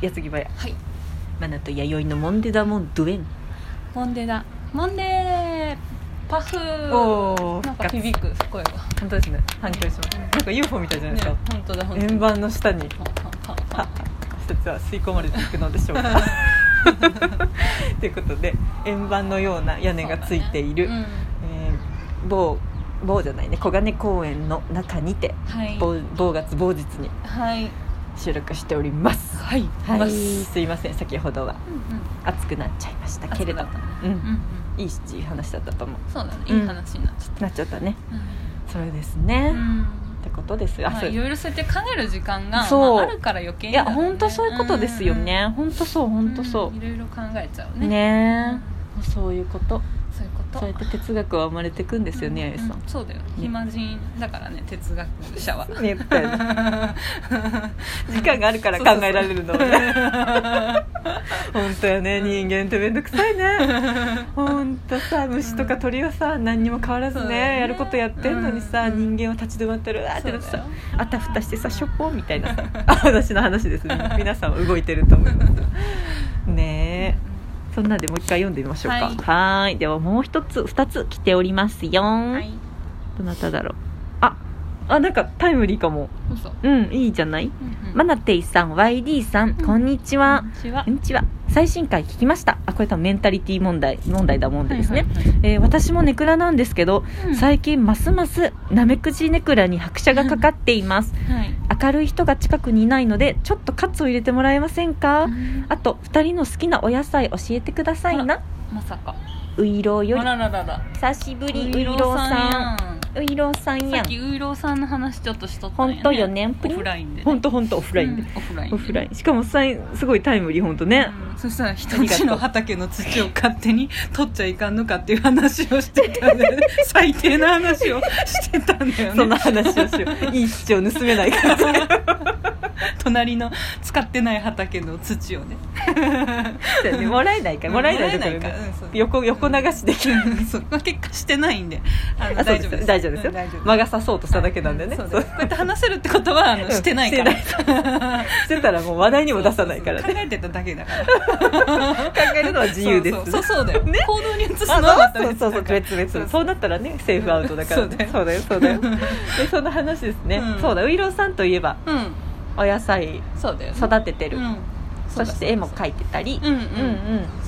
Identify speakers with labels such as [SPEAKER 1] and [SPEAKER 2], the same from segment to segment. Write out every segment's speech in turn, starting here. [SPEAKER 1] 矢継ぎ早
[SPEAKER 2] はい
[SPEAKER 1] マナと弥生のモンデダモンドゥエン
[SPEAKER 2] モンデだモンデーパフ
[SPEAKER 1] おー
[SPEAKER 2] なんか響く声が
[SPEAKER 1] 本当ですね反響しますなんか UFO みたいじゃない
[SPEAKER 2] ね
[SPEAKER 1] ですか、
[SPEAKER 2] 本当だ本当だ
[SPEAKER 1] 円盤の下に
[SPEAKER 2] はははは
[SPEAKER 1] 私たちは吸い込まれていくのでしょうか ということで円盤のような屋根がついている、
[SPEAKER 2] そうだね
[SPEAKER 1] えー某某じゃないね小金公園の中にて
[SPEAKER 2] うんはい
[SPEAKER 1] 某某月某日に
[SPEAKER 2] はい
[SPEAKER 1] 収録しておりますはい、
[SPEAKER 2] ます
[SPEAKER 1] いません先ほどは
[SPEAKER 2] うんうん
[SPEAKER 1] 暑くなっちゃいましたけれど、
[SPEAKER 2] 暑くなった
[SPEAKER 1] う
[SPEAKER 2] ねうん
[SPEAKER 1] ん、
[SPEAKER 2] う
[SPEAKER 1] いいしいい話だったと思うん
[SPEAKER 2] そうだね
[SPEAKER 1] うん
[SPEAKER 2] いい話になっちゃっ
[SPEAKER 1] なっちゃったね
[SPEAKER 2] た
[SPEAKER 1] それですね、っ
[SPEAKER 2] うん
[SPEAKER 1] てことですあ、
[SPEAKER 2] まあ
[SPEAKER 1] そう
[SPEAKER 2] いろいろそうやって考える時間が
[SPEAKER 1] そう
[SPEAKER 2] まああるから余計
[SPEAKER 1] い
[SPEAKER 2] にだ
[SPEAKER 1] や
[SPEAKER 2] ね
[SPEAKER 1] 本当そういうことですよね本当そう
[SPEAKER 2] うんうん
[SPEAKER 1] 本当そ
[SPEAKER 2] んいろいろ考えちゃう
[SPEAKER 1] う
[SPEAKER 2] ね
[SPEAKER 1] ねえそういうこと
[SPEAKER 2] そういうこと
[SPEAKER 1] そうやって哲学は生まれてくんですよね、あゆ
[SPEAKER 2] うんうんそうだよ暇人だからね哲学者は
[SPEAKER 1] さん。ね、 時間があるから考えられるのね。本当よね、人間ってめんどくさい ね。本当さ、虫とか鳥はさ、何にも変わらず
[SPEAKER 2] そうだよ
[SPEAKER 1] ね、
[SPEAKER 2] ね
[SPEAKER 1] やることやってんのにさ、
[SPEAKER 2] うん
[SPEAKER 1] 人間は立ち止まってる、あーってなって
[SPEAKER 2] そう
[SPEAKER 1] さ
[SPEAKER 2] だよ、
[SPEAKER 1] あたふたしてさ、しょっぽんみたいなさ。 あ私の話ですね。皆さんは動いてると思います。 ねえ。そんなんでもう一回読んでみましょうか。
[SPEAKER 2] はい
[SPEAKER 1] はーいではもう一つ、二つ来ておりますよ。
[SPEAKER 2] はい
[SPEAKER 1] どなただろうああなんかタイムリーかも
[SPEAKER 2] そうそう
[SPEAKER 1] うんいいじゃない
[SPEAKER 2] うんうん
[SPEAKER 1] マナテイさん YD さん
[SPEAKER 2] うん
[SPEAKER 1] こんにち
[SPEAKER 2] こ
[SPEAKER 1] は
[SPEAKER 2] んにちは
[SPEAKER 1] こんにちは最新回聞きましたあこれ多分メンタリティ問題問題だ問題ですね、
[SPEAKER 2] はいはいはい
[SPEAKER 1] えー私もネクラなんですけど、
[SPEAKER 2] うん
[SPEAKER 1] 最近ますますナメクジネクラに拍車がかかっています
[SPEAKER 2] はい
[SPEAKER 1] 明るい人が近くにいないのでちょっとカツを入れてもらえませんか、
[SPEAKER 2] うん
[SPEAKER 1] あと2人の好きなお野菜教えてください
[SPEAKER 2] あ
[SPEAKER 1] な
[SPEAKER 2] らまさか
[SPEAKER 1] ういろうよ
[SPEAKER 2] あ
[SPEAKER 1] り
[SPEAKER 2] らららら
[SPEAKER 1] 久しぶりういろうさん
[SPEAKER 2] さ
[SPEAKER 1] ういろうさん
[SPEAKER 2] んさ
[SPEAKER 1] や
[SPEAKER 2] っ
[SPEAKER 1] ん
[SPEAKER 2] きウイローさんの話ちょっとしとったんや
[SPEAKER 1] 本当よね
[SPEAKER 2] オフラインでね
[SPEAKER 1] 本当本当オフラインで、
[SPEAKER 2] うんオフライン
[SPEAKER 1] オ
[SPEAKER 2] で
[SPEAKER 1] フラインしかもさいすごいタイムリー本当ね、
[SPEAKER 2] うんそしたら人んちの畑の土を勝手に取っちゃいかんのかっていう話をしてたん だよね最低な話をしてたんだよね
[SPEAKER 1] そんな話をしよ ういい父を盗めないから
[SPEAKER 2] 隣の使ってない畑の土を ね
[SPEAKER 1] もらえないからもらえないから,、ね
[SPEAKER 2] もらえないからうんそう
[SPEAKER 1] 横横流しできる、
[SPEAKER 2] そこは結果してないんであの
[SPEAKER 1] あそうです大丈夫ですよ、
[SPEAKER 2] うん大丈夫
[SPEAKER 1] 魔が差そうとしただけなんでね、
[SPEAKER 2] そう
[SPEAKER 1] そう
[SPEAKER 2] ですこうやって話せるってことはあのしてないから
[SPEAKER 1] うん してしてたらもう話題にも出さないから
[SPEAKER 2] そうそ
[SPEAKER 1] ね
[SPEAKER 2] うそう考えてただけだから
[SPEAKER 1] 考えるのは自由です
[SPEAKER 2] そうそうそうそうだよ、行動に移すの
[SPEAKER 1] あ
[SPEAKER 2] は
[SPEAKER 1] そうそうそう別々
[SPEAKER 2] そ
[SPEAKER 1] そううそうなったらねセーフアウトだから、ね
[SPEAKER 2] うん
[SPEAKER 1] そうだよそうだよ でそんな話ですね、
[SPEAKER 2] うん
[SPEAKER 1] そうだウイローさんといえば
[SPEAKER 2] うん
[SPEAKER 1] お野菜
[SPEAKER 2] そうだよね、
[SPEAKER 1] 育ててる、
[SPEAKER 2] うん
[SPEAKER 1] そして絵も描いてたり、
[SPEAKER 2] うんうん
[SPEAKER 1] うんうん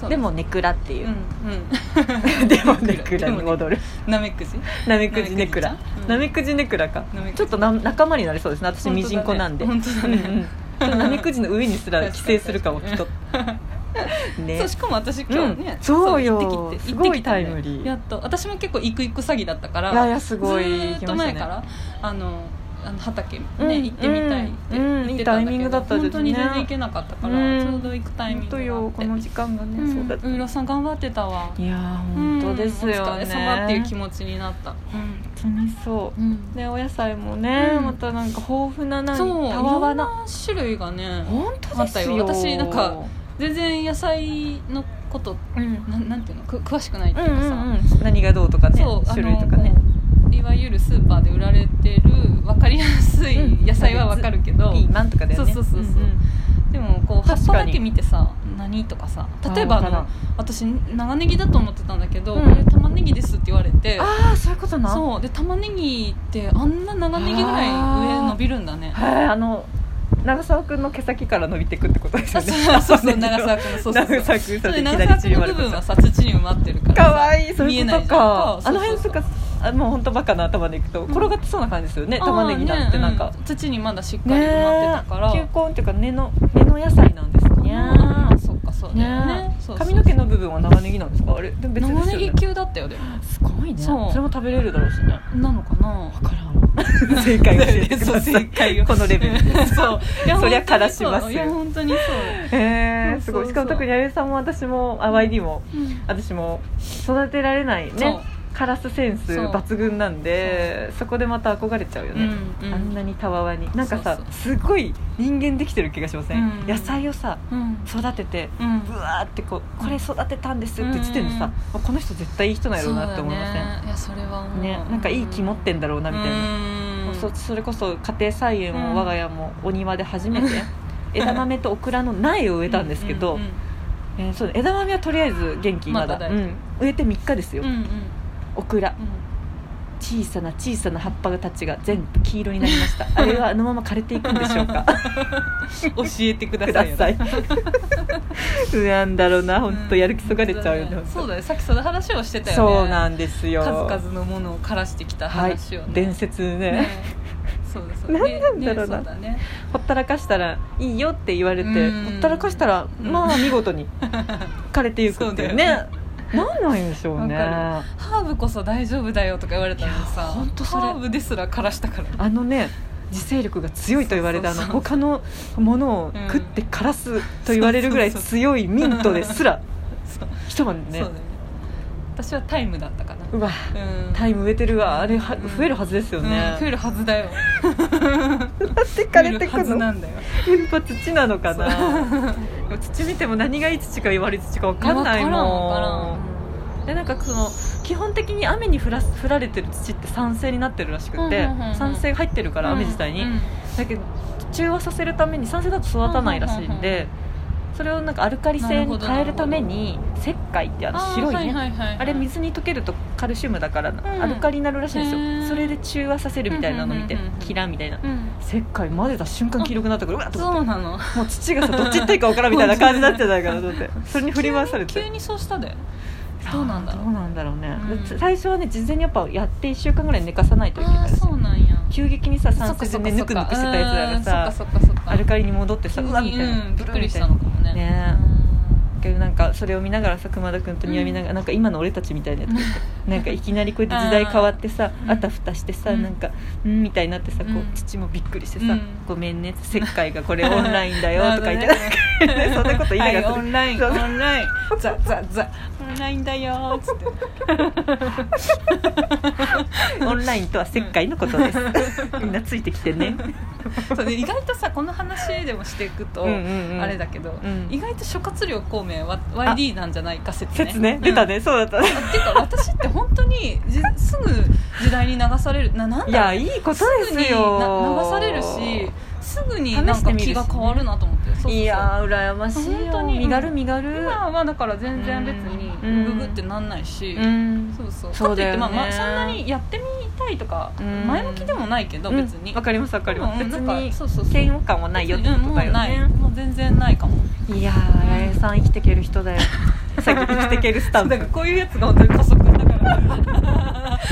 [SPEAKER 2] そう
[SPEAKER 1] でもネクラってい
[SPEAKER 2] うん
[SPEAKER 1] う、
[SPEAKER 2] う ん
[SPEAKER 1] でもネクラに戻る
[SPEAKER 2] なめくじ
[SPEAKER 1] ナメクジネクラナ
[SPEAKER 2] ナ
[SPEAKER 1] メ
[SPEAKER 2] メ
[SPEAKER 1] クジネクラか
[SPEAKER 2] ナメクジ
[SPEAKER 1] ちょっとな仲間になりそうですね私ミジンコなんで
[SPEAKER 2] 本当だね
[SPEAKER 1] うんうんナメクジの上にすら寄生するかもきっとね
[SPEAKER 2] そうしかも私今日
[SPEAKER 1] う
[SPEAKER 2] ね、
[SPEAKER 1] んそうよ
[SPEAKER 2] 行ってきて
[SPEAKER 1] すごい
[SPEAKER 2] 行ってきたんだよ
[SPEAKER 1] タイムリー
[SPEAKER 2] やっと私も結構行く行く詐欺だったから
[SPEAKER 1] いやいやすごい
[SPEAKER 2] ずーっと前から、あのあの畑ね、行ってみたいって言ってたんだけど、
[SPEAKER 1] うんうんいいタイミングだったですね
[SPEAKER 2] 本当に全然行けなかったから、
[SPEAKER 1] うん
[SPEAKER 2] ちょうど行くタイミン
[SPEAKER 1] 本
[SPEAKER 2] グが
[SPEAKER 1] 当
[SPEAKER 2] あって
[SPEAKER 1] よこの時間がね、
[SPEAKER 2] うん
[SPEAKER 1] そうだ
[SPEAKER 2] ういろさん頑張ってたわ
[SPEAKER 1] いやー本当です
[SPEAKER 2] うんお
[SPEAKER 1] よ
[SPEAKER 2] 疲
[SPEAKER 1] ね
[SPEAKER 2] れ様っていう気持ちになった、
[SPEAKER 1] 本当にそ
[SPEAKER 2] うん
[SPEAKER 1] うねお野菜もね、
[SPEAKER 2] うん
[SPEAKER 1] またなんか豊富ななん
[SPEAKER 2] そうい
[SPEAKER 1] たわ
[SPEAKER 2] ろ
[SPEAKER 1] わ
[SPEAKER 2] ん
[SPEAKER 1] な
[SPEAKER 2] な種類がね
[SPEAKER 1] 本当ですよ
[SPEAKER 2] あったよ私なんか全然野菜のこと
[SPEAKER 1] うん
[SPEAKER 2] なんなんていうのく詳しくないっていううか
[SPEAKER 1] んう
[SPEAKER 2] さ、
[SPEAKER 1] んうん、何がどうとかね
[SPEAKER 2] そう
[SPEAKER 1] 種類とかね
[SPEAKER 2] あのもういわゆるスーパーで売られてる分かりやすい野菜は分かるけど、
[SPEAKER 1] ピーマンとかだよね
[SPEAKER 2] そうそうそうそうでもこう葉っぱだけ見てさ何とかさ例えばあ
[SPEAKER 1] わからん
[SPEAKER 2] の私長ネギだと思ってたんだけど、
[SPEAKER 1] うん
[SPEAKER 2] これ玉ねぎですって言われて
[SPEAKER 1] ああそういうことなう
[SPEAKER 2] そうで玉ねぎってあんな長ネギぐらい上伸びるんだね
[SPEAKER 1] はいあの長澤君の毛先から伸びてくってことですよ
[SPEAKER 2] あ
[SPEAKER 1] ね
[SPEAKER 2] そうそうそう長
[SPEAKER 1] 澤
[SPEAKER 2] 沢君のそうそうそう
[SPEAKER 1] 長澤君
[SPEAKER 2] そう
[SPEAKER 1] さ
[SPEAKER 2] で
[SPEAKER 1] いき
[SPEAKER 2] 長
[SPEAKER 1] なり
[SPEAKER 2] 沢
[SPEAKER 1] 縮
[SPEAKER 2] 君
[SPEAKER 1] ま
[SPEAKER 2] の
[SPEAKER 1] る
[SPEAKER 2] 部
[SPEAKER 1] と
[SPEAKER 2] 分はさ土に埋まってるから
[SPEAKER 1] かわいいそう
[SPEAKER 2] 見
[SPEAKER 1] い
[SPEAKER 2] え
[SPEAKER 1] う
[SPEAKER 2] な
[SPEAKER 1] こ
[SPEAKER 2] い
[SPEAKER 1] と
[SPEAKER 2] じゃん
[SPEAKER 1] か
[SPEAKER 2] そ
[SPEAKER 1] あ
[SPEAKER 2] うそうそう
[SPEAKER 1] の辺とかあもう本当バカな頭でいくと転がってそうな感じですよね、玉ねぎなんてなん
[SPEAKER 2] あ
[SPEAKER 1] か
[SPEAKER 2] ーね、うん土にまだしっかり埋まってたから、
[SPEAKER 1] ねえ球根っていうか根の根の野菜なんですね
[SPEAKER 2] あーそっかそうだよね
[SPEAKER 1] ねえ
[SPEAKER 2] そうそう
[SPEAKER 1] 髪の毛の部分は長ネギなんですかあれでも別です
[SPEAKER 2] 長
[SPEAKER 1] よね
[SPEAKER 2] ネギ級だったよでも
[SPEAKER 1] すごいね
[SPEAKER 2] そう
[SPEAKER 1] それも食べれるだろうしね
[SPEAKER 2] なのかな
[SPEAKER 1] 分からん 正解教えてください
[SPEAKER 2] そう正解を
[SPEAKER 1] このレベル
[SPEAKER 2] そういや
[SPEAKER 1] そりゃ
[SPEAKER 2] 本当にそう
[SPEAKER 1] 枯らしますよ
[SPEAKER 2] いや本当にそう
[SPEAKER 1] へえす
[SPEAKER 2] そうそ
[SPEAKER 1] ご
[SPEAKER 2] うそ
[SPEAKER 1] いうしかも特に弥生さんも私もあ YD も私も育てられないねカラスセンス
[SPEAKER 2] そう
[SPEAKER 1] 抜群なんでそこでまた憧れちゃうよね、
[SPEAKER 2] うんうん
[SPEAKER 1] あんなにたわわになんかさ
[SPEAKER 2] そう
[SPEAKER 1] すごい人間できてる気がしません、
[SPEAKER 2] うん
[SPEAKER 1] 野菜をさ
[SPEAKER 2] うん
[SPEAKER 1] 育てて
[SPEAKER 2] うん
[SPEAKER 1] ぶわーってこうこれ育てたんですって時点でさ、もうこの人絶対いい人なんやろうなって思いませ
[SPEAKER 2] そうだねいやそれは思
[SPEAKER 1] ん
[SPEAKER 2] う
[SPEAKER 1] ねなんかいい気持ってんだろうなみたいな、
[SPEAKER 2] うん
[SPEAKER 1] そそれこそ家庭菜園
[SPEAKER 2] うん
[SPEAKER 1] も我が家もお庭で初めて枝豆とオクラの苗を植えたんですけど、
[SPEAKER 2] うん
[SPEAKER 1] えーそう枝豆はとりあえず元気まだ、
[SPEAKER 2] まだ大
[SPEAKER 1] う
[SPEAKER 2] 丈夫
[SPEAKER 1] ん、植えて3日です
[SPEAKER 2] う
[SPEAKER 1] よ、
[SPEAKER 2] んうん
[SPEAKER 1] オクラ小さな小さな葉っぱたちが全部黄色になりました あれはあのまま枯れていくんでしょうか
[SPEAKER 2] うん教えてくだ
[SPEAKER 1] く
[SPEAKER 2] さ
[SPEAKER 1] だ
[SPEAKER 2] いよ
[SPEAKER 1] さいなんだろうな本当やる気そがれちゃうよね、
[SPEAKER 2] んそう
[SPEAKER 1] 本
[SPEAKER 2] だよさっきその話をして
[SPEAKER 1] 当
[SPEAKER 2] たよね
[SPEAKER 1] そうなんですよ
[SPEAKER 2] 数々のものを枯らしてきた
[SPEAKER 1] はい
[SPEAKER 2] 話をね、
[SPEAKER 1] 伝説ね
[SPEAKER 2] ねそうです
[SPEAKER 1] 何 なんだろうな
[SPEAKER 2] ねね
[SPEAKER 1] ほったらかしたらいいよって言われて
[SPEAKER 2] うん
[SPEAKER 1] ほったらかしたら
[SPEAKER 2] うん
[SPEAKER 1] まあ見事 に枯れていくっていうね
[SPEAKER 2] そうだよ
[SPEAKER 1] なんなんでしょうね
[SPEAKER 2] わハーブこそ大丈夫だよとか言われたのに
[SPEAKER 1] いや
[SPEAKER 2] さ
[SPEAKER 1] ほんとそれ
[SPEAKER 2] ハーブですら枯らしたから
[SPEAKER 1] あのね自制力が強いと言われたあ
[SPEAKER 2] そう
[SPEAKER 1] の
[SPEAKER 2] そうそ
[SPEAKER 1] 他
[SPEAKER 2] う
[SPEAKER 1] のものを
[SPEAKER 2] うん
[SPEAKER 1] 食って枯らすと言われるぐらい
[SPEAKER 2] そうそう
[SPEAKER 1] 強いミントですら
[SPEAKER 2] そう,、
[SPEAKER 1] 一晩
[SPEAKER 2] そうだ
[SPEAKER 1] ね
[SPEAKER 2] よね私はタイムだったかな
[SPEAKER 1] うわ
[SPEAKER 2] うん
[SPEAKER 1] タイム植えてるわあれは
[SPEAKER 2] うん
[SPEAKER 1] 増えるはずですよね
[SPEAKER 2] うん増えるはずだよ
[SPEAKER 1] って枯れて
[SPEAKER 2] 増えるは
[SPEAKER 1] く
[SPEAKER 2] ずな
[SPEAKER 1] の
[SPEAKER 2] んだよ
[SPEAKER 1] やっぱ土なのかな
[SPEAKER 2] そう
[SPEAKER 1] でも土見ても何がいい土か悪い土か分かんない
[SPEAKER 2] わからんわ
[SPEAKER 1] もんでなんかその基本的に雨に降らす降られてる土って酸性になってるらしくて、
[SPEAKER 2] うんうんうんうん
[SPEAKER 1] 酸性が入ってるか
[SPEAKER 2] かららん
[SPEAKER 1] 雨自体に、
[SPEAKER 2] うんうん
[SPEAKER 1] だけど中和させるために酸性だと育たないらしいんで、
[SPEAKER 2] うんうんうんうん
[SPEAKER 1] それをなんかアルカリ性に変えるために石灰ってあの白いねあ,、
[SPEAKER 2] あーはいはいはいはい
[SPEAKER 1] れ水に溶けるとカルシウムだから、
[SPEAKER 2] ん
[SPEAKER 1] アルカリになるらしいんです
[SPEAKER 2] へ
[SPEAKER 1] よ
[SPEAKER 2] ー
[SPEAKER 1] それで中和させるみたいなの見て
[SPEAKER 2] うんうんうんうん
[SPEAKER 1] キラみたいな
[SPEAKER 2] うん
[SPEAKER 1] 石灰混ぜた瞬間黄色くなったからうわっと思
[SPEAKER 2] そ
[SPEAKER 1] っ
[SPEAKER 2] う
[SPEAKER 1] て
[SPEAKER 2] なの
[SPEAKER 1] もう土がさどっち行ったらいいか分からんみたいな感じになっちゃないからと 思ってそれに振り回されて
[SPEAKER 2] 急に急にそうしたでどうなんだろう
[SPEAKER 1] どうなんだろうね、
[SPEAKER 2] うん
[SPEAKER 1] 最初はね事前にやっぱやって1週間ぐらい寝かさないといけ
[SPEAKER 2] あ
[SPEAKER 1] な
[SPEAKER 2] あ
[SPEAKER 1] いし
[SPEAKER 2] そうなんや
[SPEAKER 1] 急激にさ
[SPEAKER 2] そ
[SPEAKER 1] 酸
[SPEAKER 2] っか
[SPEAKER 1] 素
[SPEAKER 2] そ
[SPEAKER 1] で
[SPEAKER 2] っ
[SPEAKER 1] ね
[SPEAKER 2] か
[SPEAKER 1] ぬ
[SPEAKER 2] そっ
[SPEAKER 1] くぬく
[SPEAKER 2] か
[SPEAKER 1] してたやつらがさ
[SPEAKER 2] そっかそっかそっか
[SPEAKER 1] アルカリに戻って
[SPEAKER 2] 急
[SPEAKER 1] さ
[SPEAKER 2] に
[SPEAKER 1] うわみたいな、
[SPEAKER 2] うんびっくりしたのかもね
[SPEAKER 1] ね
[SPEAKER 2] うん
[SPEAKER 1] けどなんかそれを見ながらさ熊田君と庭見ながら、なんか今の俺たちみたいな やつなんかいきなりこうやって時代変わってさ
[SPEAKER 2] うん
[SPEAKER 1] あたふたしてさ、
[SPEAKER 2] うん
[SPEAKER 1] なんかうんみたいになってさこ
[SPEAKER 2] う
[SPEAKER 1] うん父もびっくりしてさ「
[SPEAKER 2] うん
[SPEAKER 1] ごめんね石灰がこれオンラインだ よ」とか言って、
[SPEAKER 2] なるほどね
[SPEAKER 1] そんなこと言いながら
[SPEAKER 2] はいオンライン
[SPEAKER 1] そ
[SPEAKER 2] オ
[SPEAKER 1] うそう
[SPEAKER 2] ンラインザザザオンラインだよーっつって
[SPEAKER 1] オンラインとは石灰のことです みんなついてきてね
[SPEAKER 2] そうね意外とさこの話でもしていくと、
[SPEAKER 1] うんうんうん
[SPEAKER 2] あれだけど、
[SPEAKER 1] ん
[SPEAKER 2] 意外と諸葛亮孔明は YD なんじゃないか説ね
[SPEAKER 1] 説ね出た
[SPEAKER 2] うん
[SPEAKER 1] ね、そうだった
[SPEAKER 2] あてか私って本当にじすぐ時代に流されるななん
[SPEAKER 1] い
[SPEAKER 2] だ
[SPEAKER 1] や
[SPEAKER 2] ろう
[SPEAKER 1] いいこと
[SPEAKER 2] す
[SPEAKER 1] で
[SPEAKER 2] ぐに
[SPEAKER 1] すよ
[SPEAKER 2] な流されるしすぐになん
[SPEAKER 1] 試してみ
[SPEAKER 2] か
[SPEAKER 1] るしね
[SPEAKER 2] 気が変わるなと思ってそうそうそう
[SPEAKER 1] いやー羨ましいよ
[SPEAKER 2] 本当に
[SPEAKER 1] 身軽身軽
[SPEAKER 2] 今はだから全然別
[SPEAKER 1] うん
[SPEAKER 2] にググってなんないし、
[SPEAKER 1] うん
[SPEAKER 2] そうそう
[SPEAKER 1] そうだよね
[SPEAKER 2] かといって、まあまあ、そんなにやってみたいとか
[SPEAKER 1] うん
[SPEAKER 2] 前向きでもないけど別に、
[SPEAKER 1] うんわかりますわかります
[SPEAKER 2] うん
[SPEAKER 1] 別
[SPEAKER 2] なんか
[SPEAKER 1] に
[SPEAKER 2] そうそうそう
[SPEAKER 1] 嫌悪感はないよってことだよね
[SPEAKER 2] うんもうないもう全然な いかも
[SPEAKER 1] いやー八重さん生きてける人だ よさっき生きてけるスタンプ
[SPEAKER 2] だからこういうやつが本当に加速だから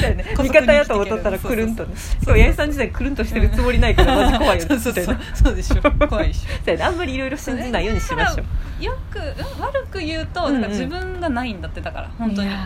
[SPEAKER 1] だよね味
[SPEAKER 2] こそこに生きてける
[SPEAKER 1] 方やと思っとったらくるんとねそう八重さん自体くるんとしてるつもりないからマジ怖いよね
[SPEAKER 2] そうそうそうそうで しょ怖いでしょ
[SPEAKER 1] だよねあんまりいろいろ信じないようにしましょう
[SPEAKER 2] よくうん悪く言うと、
[SPEAKER 1] うんうん
[SPEAKER 2] だから自分がないんだってだから本当に
[SPEAKER 1] いや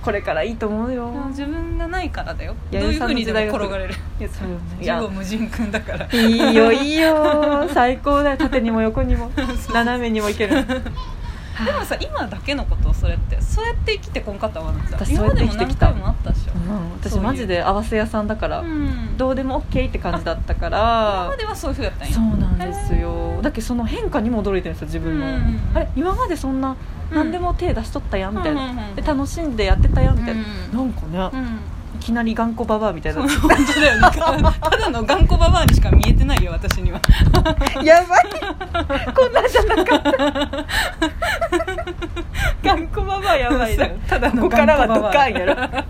[SPEAKER 1] ーこれからいいと思うよ
[SPEAKER 2] うん自分がないからだよど
[SPEAKER 1] や
[SPEAKER 2] う
[SPEAKER 1] ゆ
[SPEAKER 2] いうう
[SPEAKER 1] さ
[SPEAKER 2] ふ
[SPEAKER 1] ん
[SPEAKER 2] う
[SPEAKER 1] の
[SPEAKER 2] に
[SPEAKER 1] 時
[SPEAKER 2] で
[SPEAKER 1] 代
[SPEAKER 2] も
[SPEAKER 1] が来る
[SPEAKER 2] 転がれる
[SPEAKER 1] いやそうよねい
[SPEAKER 2] 自
[SPEAKER 1] や
[SPEAKER 2] 後無人君だから
[SPEAKER 1] いいよいいよ最高だよ縦にも横にも 斜めにもいける
[SPEAKER 2] でもさ今だけのことそれってそうやって生きてこんかったわなじゃん
[SPEAKER 1] 私そうやって生きてきた
[SPEAKER 2] 今までも何回もあったでしょ、
[SPEAKER 1] うん私
[SPEAKER 2] そういう
[SPEAKER 1] マジで合わせ屋さんだから、
[SPEAKER 2] うん
[SPEAKER 1] どうでも OK って感じだったか
[SPEAKER 2] 今
[SPEAKER 1] ら
[SPEAKER 2] まではそういうふうやったんや
[SPEAKER 1] そうなんですよだけどその変化にも驚いてるんですよ自分の、
[SPEAKER 2] うんうんうん
[SPEAKER 1] あれ今までそんな
[SPEAKER 2] うん
[SPEAKER 1] 何でも手出しとったやんみたいな、
[SPEAKER 2] うんうんうん
[SPEAKER 1] で楽しんでやってたやんみたいな、
[SPEAKER 2] う
[SPEAKER 1] なんかね、
[SPEAKER 2] うん
[SPEAKER 1] いきなり頑固ババアみたいな
[SPEAKER 2] 本当だよなんかただの頑固ババアにしか見えてないよ私には
[SPEAKER 1] やばいこんなんじゃなかった頑固ババアやばいな
[SPEAKER 2] そうただ
[SPEAKER 1] こ
[SPEAKER 2] の
[SPEAKER 1] こからは
[SPEAKER 2] 頑固
[SPEAKER 1] ド
[SPEAKER 2] ババア
[SPEAKER 1] カンや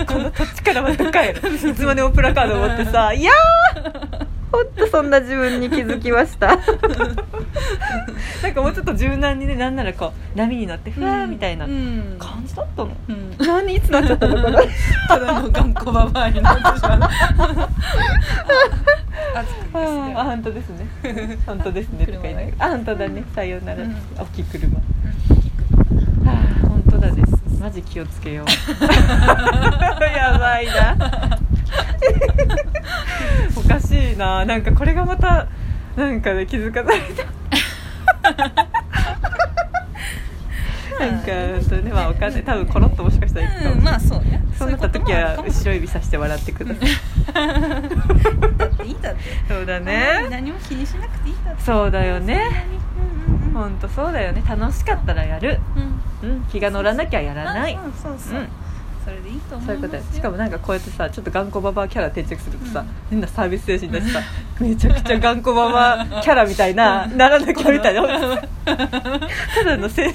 [SPEAKER 1] ろこの土地からはドカンや ろいつまでもプラカード持って さいやーほんとそんな自分に気づきました なんかもうちょっと柔軟にねなんならこう波に乗ってふわーみたいな
[SPEAKER 2] うん
[SPEAKER 1] 感じだったの、
[SPEAKER 2] うん
[SPEAKER 1] 何いつなっちゃったのこれ
[SPEAKER 2] ただの頑固ババアになってし まうあ暑く
[SPEAKER 1] あ
[SPEAKER 2] です
[SPEAKER 1] ーあ
[SPEAKER 2] ね
[SPEAKER 1] 本当です ね本当ですねとか言いながらあ本当だねさようなら、
[SPEAKER 2] うん
[SPEAKER 1] 大きい車はあ本当だですマジ気をつけよう やばいな おかしいななんかこれがまたなんかね気づかされ たなんか本当ねまあお金多分コロッともしかしたらいくかもしれない、
[SPEAKER 2] うんまあそうね
[SPEAKER 1] そうなった時は後
[SPEAKER 2] ろ
[SPEAKER 1] ろ指さして笑ってください、
[SPEAKER 2] いいだって
[SPEAKER 1] そうだ
[SPEAKER 2] うん
[SPEAKER 1] ね
[SPEAKER 2] 何も気にしなくていいだって
[SPEAKER 1] そうだよね
[SPEAKER 2] うんうんうん
[SPEAKER 1] 本当そうだよね楽しかったらやる、
[SPEAKER 2] うん
[SPEAKER 1] うん、気が乗らなきゃやらない
[SPEAKER 2] うんそうそう、
[SPEAKER 1] うん
[SPEAKER 2] それでいいと思います
[SPEAKER 1] そういうことよしかもなんかこうやってさちょっと頑固ババアキャラ定着するとさ、
[SPEAKER 2] うん
[SPEAKER 1] 変なサービス精神だしさめちゃくちゃ頑固ママキャラみたいなならなきゃみたいなただのせ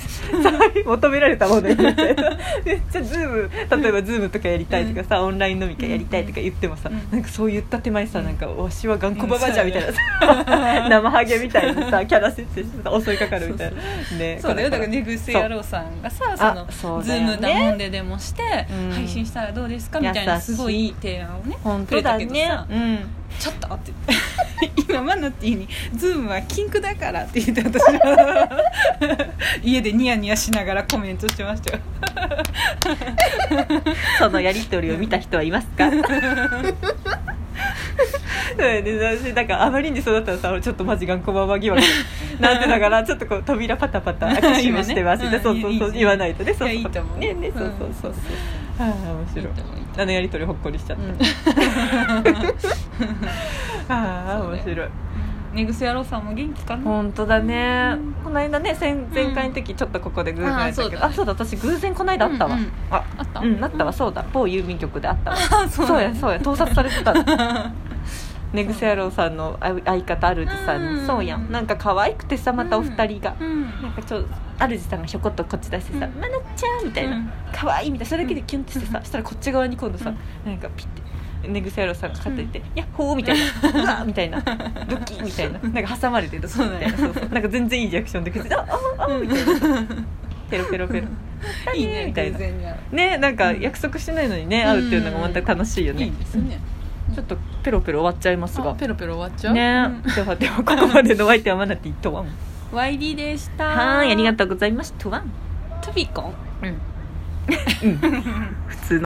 [SPEAKER 1] 求められたものにみたいなめっちゃズーム例えばズームとかやりたいとかさオンライン飲み会やりたいとか言ってもさ
[SPEAKER 2] うん
[SPEAKER 1] なんかそう言った手前さなんかわしは頑固ババじゃ
[SPEAKER 2] うん
[SPEAKER 1] みたいなさ生ハゲみたいなさキャラ設定してさ襲いかかるみたいなね
[SPEAKER 2] そうだよだから寝癖野郎さんがさその
[SPEAKER 1] あそう
[SPEAKER 2] ズ
[SPEAKER 1] だよね
[SPEAKER 2] ームだもんででもして、
[SPEAKER 1] うん
[SPEAKER 2] 配信したらどうですかみたい
[SPEAKER 1] 優
[SPEAKER 2] な
[SPEAKER 1] しい
[SPEAKER 2] すごいいい提案をね
[SPEAKER 1] 本
[SPEAKER 2] く
[SPEAKER 1] 当
[SPEAKER 2] れ
[SPEAKER 1] だ
[SPEAKER 2] たけど
[SPEAKER 1] ね
[SPEAKER 2] さ、
[SPEAKER 1] うん
[SPEAKER 2] ちょっとって言って今マナティーに「ズームは禁句だから」って言って私 は家でニヤニヤしながらコメントしてましたよ
[SPEAKER 1] そのやり取りを見た人はいますか そうやね私なんかあまりにそうだったらさ俺ちょっとマジ頑固ババア疑惑になってたからちょっとこう扉パタパタ開け閉めしてますね
[SPEAKER 2] 今ね
[SPEAKER 1] そうそうそう
[SPEAKER 2] うんいいいい
[SPEAKER 1] 言わないとねそうそう
[SPEAKER 2] いやいいと思う
[SPEAKER 1] ねねそうそうそう
[SPEAKER 2] うん
[SPEAKER 1] ああ面白い
[SPEAKER 2] いいと思ういいと思う
[SPEAKER 1] あのやり取りほっこりしちゃった、 ああ
[SPEAKER 2] そう
[SPEAKER 1] 面
[SPEAKER 2] ね
[SPEAKER 1] 白い
[SPEAKER 2] 寝癖野郎さんも元気かな
[SPEAKER 1] 本当だねこの間ね前前回の時ちょっとここで偶然会ったけど、
[SPEAKER 2] うんあ
[SPEAKER 1] あそうだ私偶然この間あったわ、
[SPEAKER 2] うんうん
[SPEAKER 1] あ
[SPEAKER 2] あった
[SPEAKER 1] うんなったわそうだ某郵便局であったわ
[SPEAKER 2] あ そう
[SPEAKER 1] そう
[SPEAKER 2] なん
[SPEAKER 1] や
[SPEAKER 2] だ
[SPEAKER 1] そうや盗撮されて たの寝癖野郎さんの相相方アルジさんに、
[SPEAKER 2] うん
[SPEAKER 1] そうやんなんか可愛くてさまたお二人が、
[SPEAKER 2] うん
[SPEAKER 1] なんかちょアルジさんがひょこっとこっち出してさ
[SPEAKER 2] う
[SPEAKER 1] 「
[SPEAKER 2] ん
[SPEAKER 1] まなっちゃん」みたいな、
[SPEAKER 2] うん
[SPEAKER 1] 可愛いみたいなそれだけでキュンってしてさ、
[SPEAKER 2] うん
[SPEAKER 1] そしたらこっち側に今度さ、なんかピッて寝癖野郎さんが肩いって「ヤッホー」み たいな「うわ」みたいな「ドキ」みたいななんか挟まれてドキみたいな
[SPEAKER 2] そ
[SPEAKER 1] そうう
[SPEAKER 2] ね
[SPEAKER 1] そうなんか全然いいリアクションで「あああ」みたいなペロペロペロ「
[SPEAKER 2] いいね
[SPEAKER 1] みたいな
[SPEAKER 2] 偶然に会う
[SPEAKER 1] ねなんか約束してないのにね、会うっていうのがまた楽しいよね
[SPEAKER 2] いいですね
[SPEAKER 1] ちょっとペロペロ終わっちゃいます
[SPEAKER 2] あ
[SPEAKER 1] が
[SPEAKER 2] ペロペロ終わっちゃう
[SPEAKER 1] ねではではここまでのお相手はマナティとワン
[SPEAKER 2] うん YD でした
[SPEAKER 1] はいありが
[SPEAKER 2] と
[SPEAKER 1] とうございましたワン
[SPEAKER 2] うトビコン
[SPEAKER 1] うん、うん、普通の